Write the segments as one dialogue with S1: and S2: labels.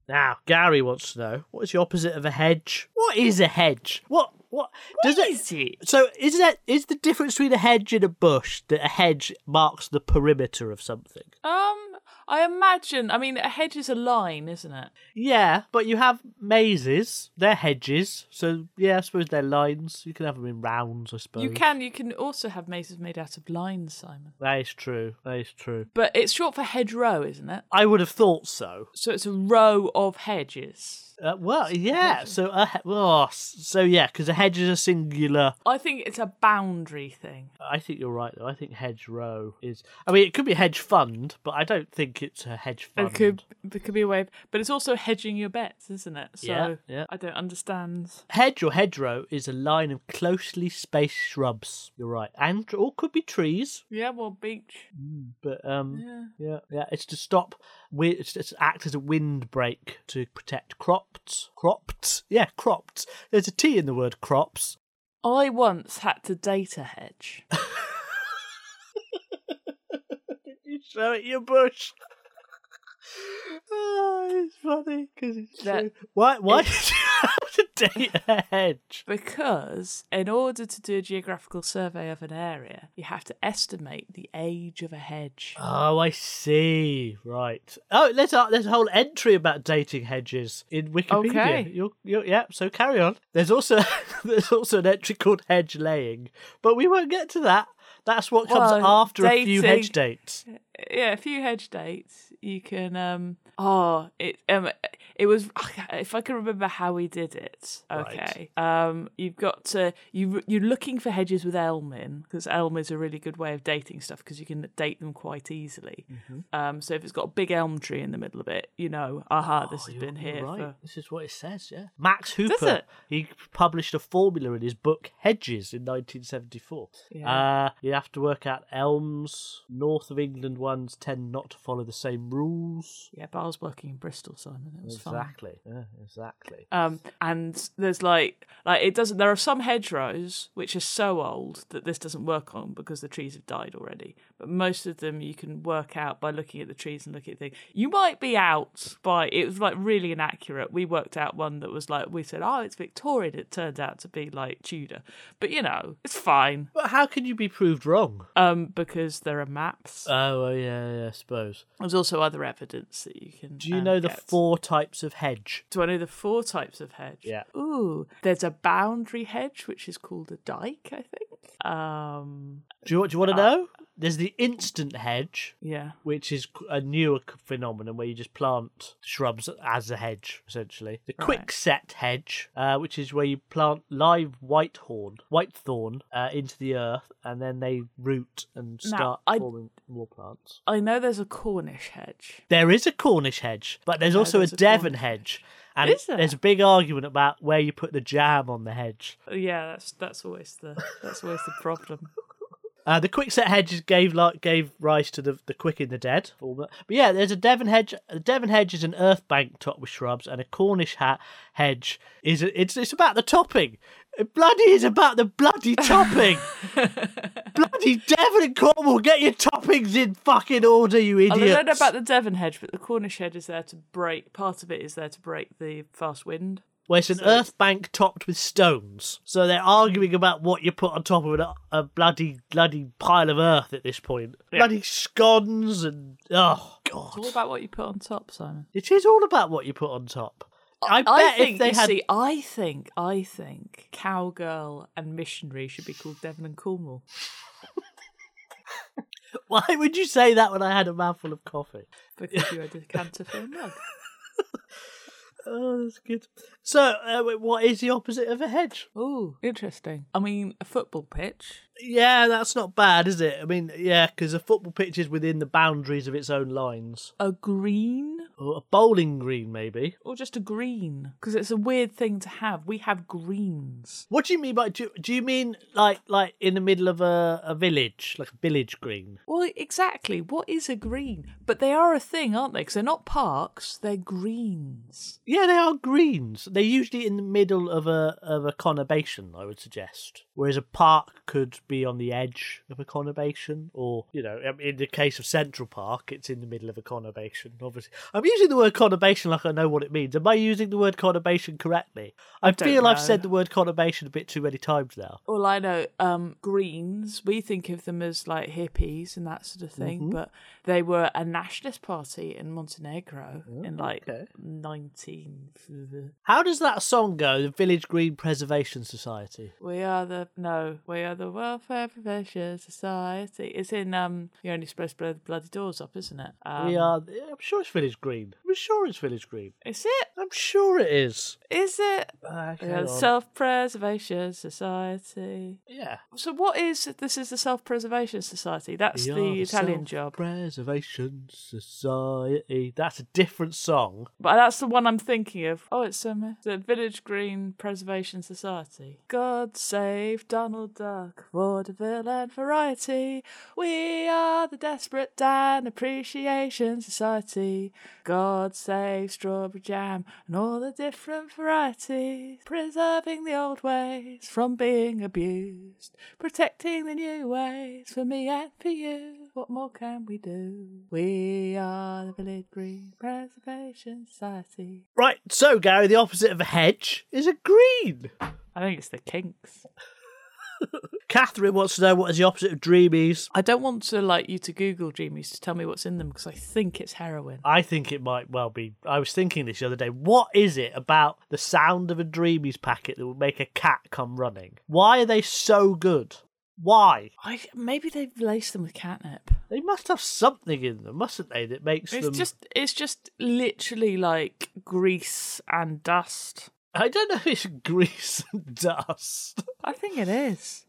S1: Now, Gary wants to know what is the opposite of a hedge? What is a hedge? What what does it? So is that is the difference between a hedge and a bush that a hedge marks the perimeter of something?
S2: Um, I imagine. I mean, a hedge is a line, isn't it?
S1: Yeah, but you have mazes. They're hedges, so yeah, I suppose they're lines. You can have them in rounds, I suppose.
S2: You can you can also have mazes made out of lines, Simon.
S1: That is true. That is true.
S2: But it's short for hedgerow, isn't it?
S1: I would have thought so.
S2: So it's a row of hedges.
S1: Uh, well, yeah. So, uh, oh, s- so yeah, because a hedge is a singular.
S2: I think it's a boundary thing.
S1: I think you're right, though. I think hedge row is. I mean, it could be hedge fund, but I don't think it's a hedge fund.
S2: It could it could be a way, of- but it's also hedging your bets, isn't it? So
S1: Yeah, yeah.
S2: I don't understand.
S1: Hedge or hedgerow is a line of closely spaced shrubs. You're right, and or could be trees,
S2: Yeah, well, beach.
S1: but um,
S2: Yeah.
S1: yeah, yeah, it's to stop. wi- It's it's to act as a windbreak to protect crops. Crops, yeah, crops. There's a T in the word crops.
S2: I once had to date a hedge.
S1: You show it your bush. oh, it's funny because it's
S2: That-
S1: true. Why? Why did you have to date a hedge?
S2: Because in order to do a geographical survey of an area, you have to estimate the age of a hedge.
S1: Oh, I see. Right. Oh, there's a, there's a whole entry about dating hedges in Wikipedia.
S2: Okay.
S1: You're, you're, yeah. So carry on. There's also there's also an entry called hedge laying, but we won't get to that. That's what comes
S2: Well,
S1: after a few hedge
S2: dating-
S1: dates.
S2: Yeah, a few hedge dates. You can um oh it um it was if I can remember how we did it. Okay. Um you've got to you you're looking for hedges with elm in because elm is a really good way of dating stuff because you can date them quite easily.
S1: Mm-hmm.
S2: Um so if it's got a big elm tree in the middle of it, you know, aha, this
S1: Oh,
S2: has
S1: you're-
S2: been
S1: you're
S2: here
S1: right.
S2: for
S1: This is what it says, yeah. Max Hooper,
S2: it?
S1: he published a formula in his book Hedges in 1974.
S2: Yeah.
S1: Uh, you have to work out elms, north of England, ones tend not to follow the same rules.
S2: Yeah, but I was working in Bristol, Simon. It was fun.
S1: Exactly. Yeah, exactly.
S2: Um, and there's like, like it doesn't. There are some hedgerows which are so old that this doesn't work on because the trees have died already. But most of them you can work out by looking at the trees and looking at things. You might be out by it was like really inaccurate. We worked out one that was like we said, oh, it's Victorian. It turned out to be like Tudor, but you know, it's fine
S1: But how can you be proved wrong?
S2: um, because there are maps.
S1: Oh, well, yeah, yeah, I suppose.
S2: There's also other evidence that you can.
S1: Do you
S2: um,
S1: know the
S2: get.
S1: four types of hedge?
S2: Do I know the four types of hedge?
S1: Yeah.
S2: Ooh, there's a boundary hedge, which is called a dyke, I think. Um,
S1: Do you, do you want to know? There's the instant hedge,
S2: yeah.
S1: which is c- a newer c- phenomenon where you just plant shrubs as a hedge, essentially. The quick set hedge, uh, which is where you plant live white horn, white thorn uh, into the earth, and then they root and
S2: Now,
S1: start
S2: I-
S1: forming more plants.
S2: I know there's a Cornish hedge.
S1: There is a Cornish hedge, but there's also
S2: there's
S1: a
S2: a
S1: Devon
S2: Cornish
S1: hedge. And
S2: Is there?
S1: there's a big argument about where you put the jam on the hedge.
S2: Yeah, that's that's always the that's always the problem.
S1: Uh, the quickset hedges gave like gave rise to the the quick in the dead. all that. But yeah, there's a Devon hedge. The Devon hedge is an earth bank topped with shrubs, and a Cornish hat hedge is a, it's it's about the topping. It bloody is about the bloody topping. bloody Devon and Cornwall, get your toppings in fucking order, you
S2: I
S1: idiots.
S2: don't know about the Devon hedge, but the Cornish hedge is there to break. Part of it is there to break the fast wind.
S1: Well, it's an earth bank topped with stones. So they're arguing about what you put on top of an, a bloody, bloody pile of earth at this point. Bloody scones and. Oh, God.
S2: What about what you put on top, Simon?
S1: It is all about what you put on top. I, bet
S2: think
S1: if they
S2: you
S1: had.
S2: see, I think, I think cowgirl and missionary should be called Devon and Cornwall.
S1: Why would you say that when I had a mouthful of coffee?
S2: Because you had a decanter for a mug.
S1: Oh, that's good. So, uh, wait, what is the opposite of a hedge?
S2: Ooh, interesting. I mean, a football pitch.
S1: Yeah, that's not bad, is it? I mean, yeah, because a football pitch is within the boundaries of its own lines.
S2: A green?
S1: Or a bowling green, maybe.
S2: Or just a green? Because it's a weird thing to have. We have greens.
S1: What do you mean by do? Do you mean like like in the middle of a, a village, like a village green?
S2: Well, exactly. What is a green? But they are a thing, aren't they? Because they're not parks, they're greens.
S1: Yeah, they are greens. They're usually in the middle of a of a conurbation, I would suggest. Whereas a park could be on the edge of a conurbation, or you know, um, in the case of Central Park, it's in the middle of a conurbation. Obviously, I'm using the word conurbation like I know what it means. Am I using the word conurbation correctly? I,
S2: don't
S1: feel I've
S2: know.
S1: said the word conurbation a bit too many times now.
S2: Well, I know um, greens, we think of them as like hippies and that sort of thing, but they were a nationalist party in Montenegro in like
S1: okay.
S2: 19.
S1: How does that song go? The Village Green Preservation Society.
S2: We are the no, we are the Welfare Prevention Society. It's in um. You're only supposed to blow the bloody doors up, isn't it? Um,
S1: we are. I'm sure it's Village Green. I'm sure it's Village Green.
S2: Is it?
S1: I'm sure it is.
S2: Is it?
S1: Uh,
S2: We are the Self Preservation Society.
S1: yeah.
S2: So what is this? Is the Self Preservation Society? That's the Italian job,
S1: Preservation Society. That's a different song.
S2: but that's the one I'm thinking of. Oh, it's um, the Village Green Preservation Society. God save Donald Duck, vaudeville and variety. We are the Desperate Dan Appreciation Society. God save strawberry jam and all the different varieties. Preserving the old ways from being abused. Protecting the new ways for me and for you. What more can we do? We are the Village Green Preservation Society.
S1: Right. So, Gary, the opposite of a hedge is a green.
S2: I think it's the kinks.
S1: Catherine wants to know what is the opposite of dreamies.
S2: I don't want to like you to Google Dreamies to tell me what's in them because I think it's heroin.
S1: I think it might well be. I was thinking this the other day. What is it about the sound of a dreamies packet that would make a cat come running? Why are they so good? Why?
S2: I maybe they've laced them with catnip.
S1: They must have something in them, mustn't they, that makes
S2: It's
S1: them.
S2: just it's just literally like grease and dust.
S1: I don't know if it's grease and dust.
S2: I think it is.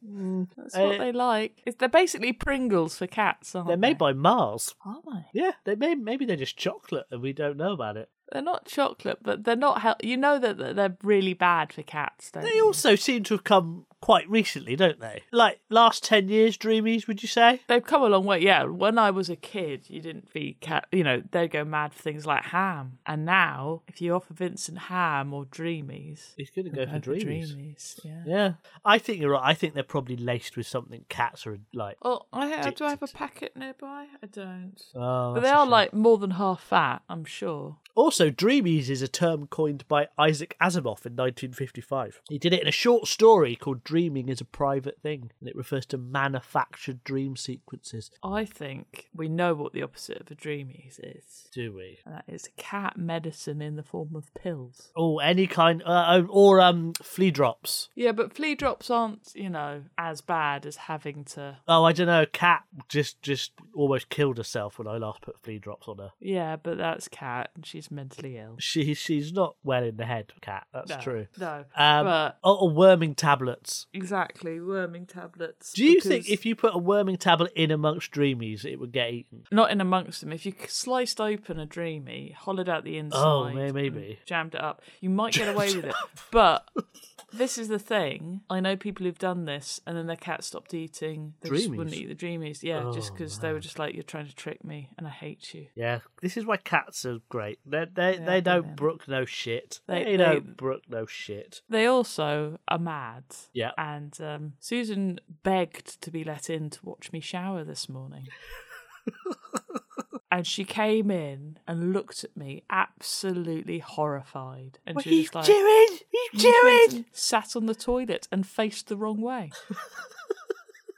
S2: That's
S1: Uh,
S2: what they like. It's, they're basically Pringles for cats, aren't
S1: They're made by Mars.
S2: Are they?
S1: Yeah, they may, maybe they're just chocolate and we don't know about it.
S2: They're not chocolate, but they're not. Hel- you know that that they're really bad for cats, don't
S1: They
S2: you?
S1: also seem to have come quite recently, don't they? Like last 10 years, Dreamies, would you say?
S2: They've come a long way. Yeah, when I was a kid, you didn't be cat. You know, they'd go mad for things like ham. And now, if you offer Vincent ham or Dreamies,
S1: He's going to go
S2: he'll
S1: for
S2: go for
S1: Dreamies.
S2: Dreamies, Yeah.
S1: Yeah. I think you're right. I think they're probably laced with something cats are like.
S2: Oh, I ha- do I have a packet nearby? I don't.
S1: Oh,
S2: but
S1: that's
S2: they
S1: a
S2: are
S1: shame.
S2: like more than half fat, I'm sure.
S1: Also, dreamies is a term coined by Isaac Asimov in 1955. He did it in a short story called Dreaming is a Private Thing, and it refers to manufactured dream sequences.
S2: I think we know what the opposite of a Dreamies is.
S1: Do we?
S2: And that is cat medicine in the form of pills.
S1: Oh, any kind, uh, or um, flea drops.
S2: Yeah, but flea drops aren't, you know, as bad as having to.
S1: Oh, I don't know. Cat just just almost killed herself when I last put flea drops on her.
S2: Yeah, but that's cat and she's mentally ill.
S1: She she's not well in the head, cat. That's
S2: No,
S1: true.
S2: No.
S1: Um,
S2: but
S1: oh, or worming tablets.
S2: exactly, worming tablets.
S1: Do you
S2: because-
S1: think if you put a worming tablet in amongst dreamies, it would get eaten?
S2: Not in amongst them. If you sliced open a dreamy, hollowed out the inside,
S1: Oh, may-
S2: and
S1: maybe.
S2: jammed it up, you might get away with it. But this is the thing: I know people who've done this, and then their cat stopped eating. They just
S1: Dreamies?
S2: wouldn't eat the dreamies, yeah, just 'cause just
S1: Oh,
S2: because they were just like, "You're trying to trick me, and I hate you."
S1: Yeah, this is why cats are great. They they
S2: They
S1: they
S2: are
S1: don't
S2: brilliant.
S1: brook no shit. They,
S2: They-
S1: don't brook no shit.
S2: They also are mad.
S1: Yeah.
S2: And um, Susan begged to be let in to watch me shower this morning. and she came in and looked at me absolutely horrified. And she was like,
S1: doing? He's
S2: "You went and Sat on the toilet and faced the wrong way.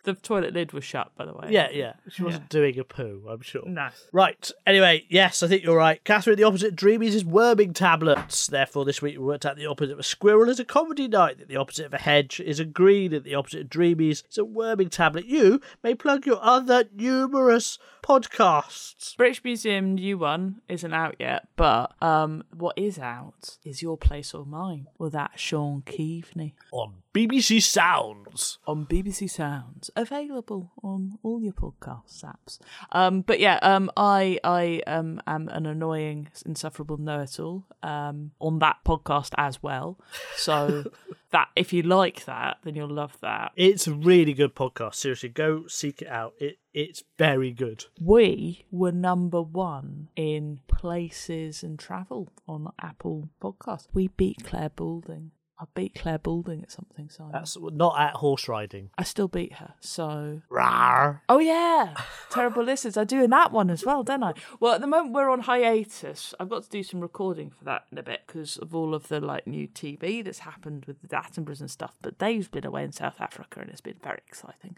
S2: the toilet lid was shut, by the way.
S1: Yeah, yeah. She wasn't doing a poo, I'm sure.
S2: No.
S1: Right. Anyway, yes, I think you're right. Catherine, the opposite of dreamies is worming tablets. Therefore, this week we worked out the opposite of a squirrel is a comedy night, that the opposite of a hedge is a green, and the opposite of dreamies is a worming tablet. You may plug your other numerous podcasts.
S2: British Museum new one isn't out yet, but um, what is out is Your Place or Mine. Well, that's Sean Keaveney.
S1: On BBC Sounds.
S2: on BBC Sounds, available on all your podcast apps. Um, but yeah, um, I I um, am an annoying, insufferable know-it-all um, on that podcast as well. So that if you like that, then you'll love that.
S1: It's a really good podcast. Seriously, go seek it out. It it's very good.
S2: We were number one in places and travel on Apple Podcasts. We beat Claire Balding. I beat Claire Balding at something, so
S1: That's not at horse riding.
S2: I still beat her. So
S1: Rawr.
S2: Oh yeah, terrible listeners. I do in that one as well, don't I? Well, at the moment we're on hiatus. I've got to do some recording for that in a bit because of all of the like new TV that's happened with the Attenboroughs and stuff. But Dave's been away in South Africa and it's been very exciting.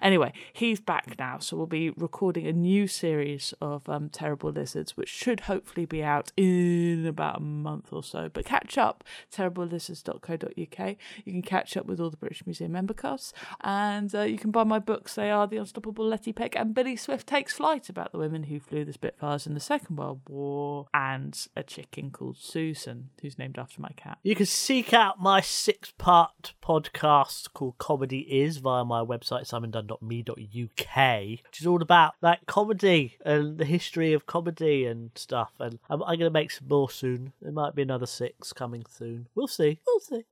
S2: Anyway, he's back now, so we'll be recording a new series of um, Terrible Lizards, which should hopefully be out in about a month or so. But catch up, terriblelizards.co.uk. You can catch up with all the British Museum member cards, and uh, you can buy my books. They are The Unstoppable Letty Peck and Billy Swift Takes Flight about the women who flew the Spitfires in the Second World War, and a chicken called Susan, who's named after my cat.
S1: You can seek out my six part podcast called Comedy Is via my website simondunn.me.uk, which is all about like comedy and the history of comedy and stuff. And I'm, I'm going to make some more soon. There might be another six coming soon. We'll see. We'll see.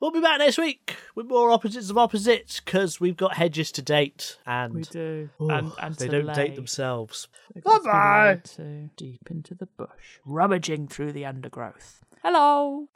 S1: We'll be back next week with more opposites of opposites because we've got hedges to date and
S2: We do,
S1: Oh,
S2: and, and
S1: they
S2: to
S1: don't
S2: lay.
S1: date themselves.
S2: They've got
S1: Bye-bye.
S2: to be laid to deep into the bush, rummaging through the undergrowth. Hello.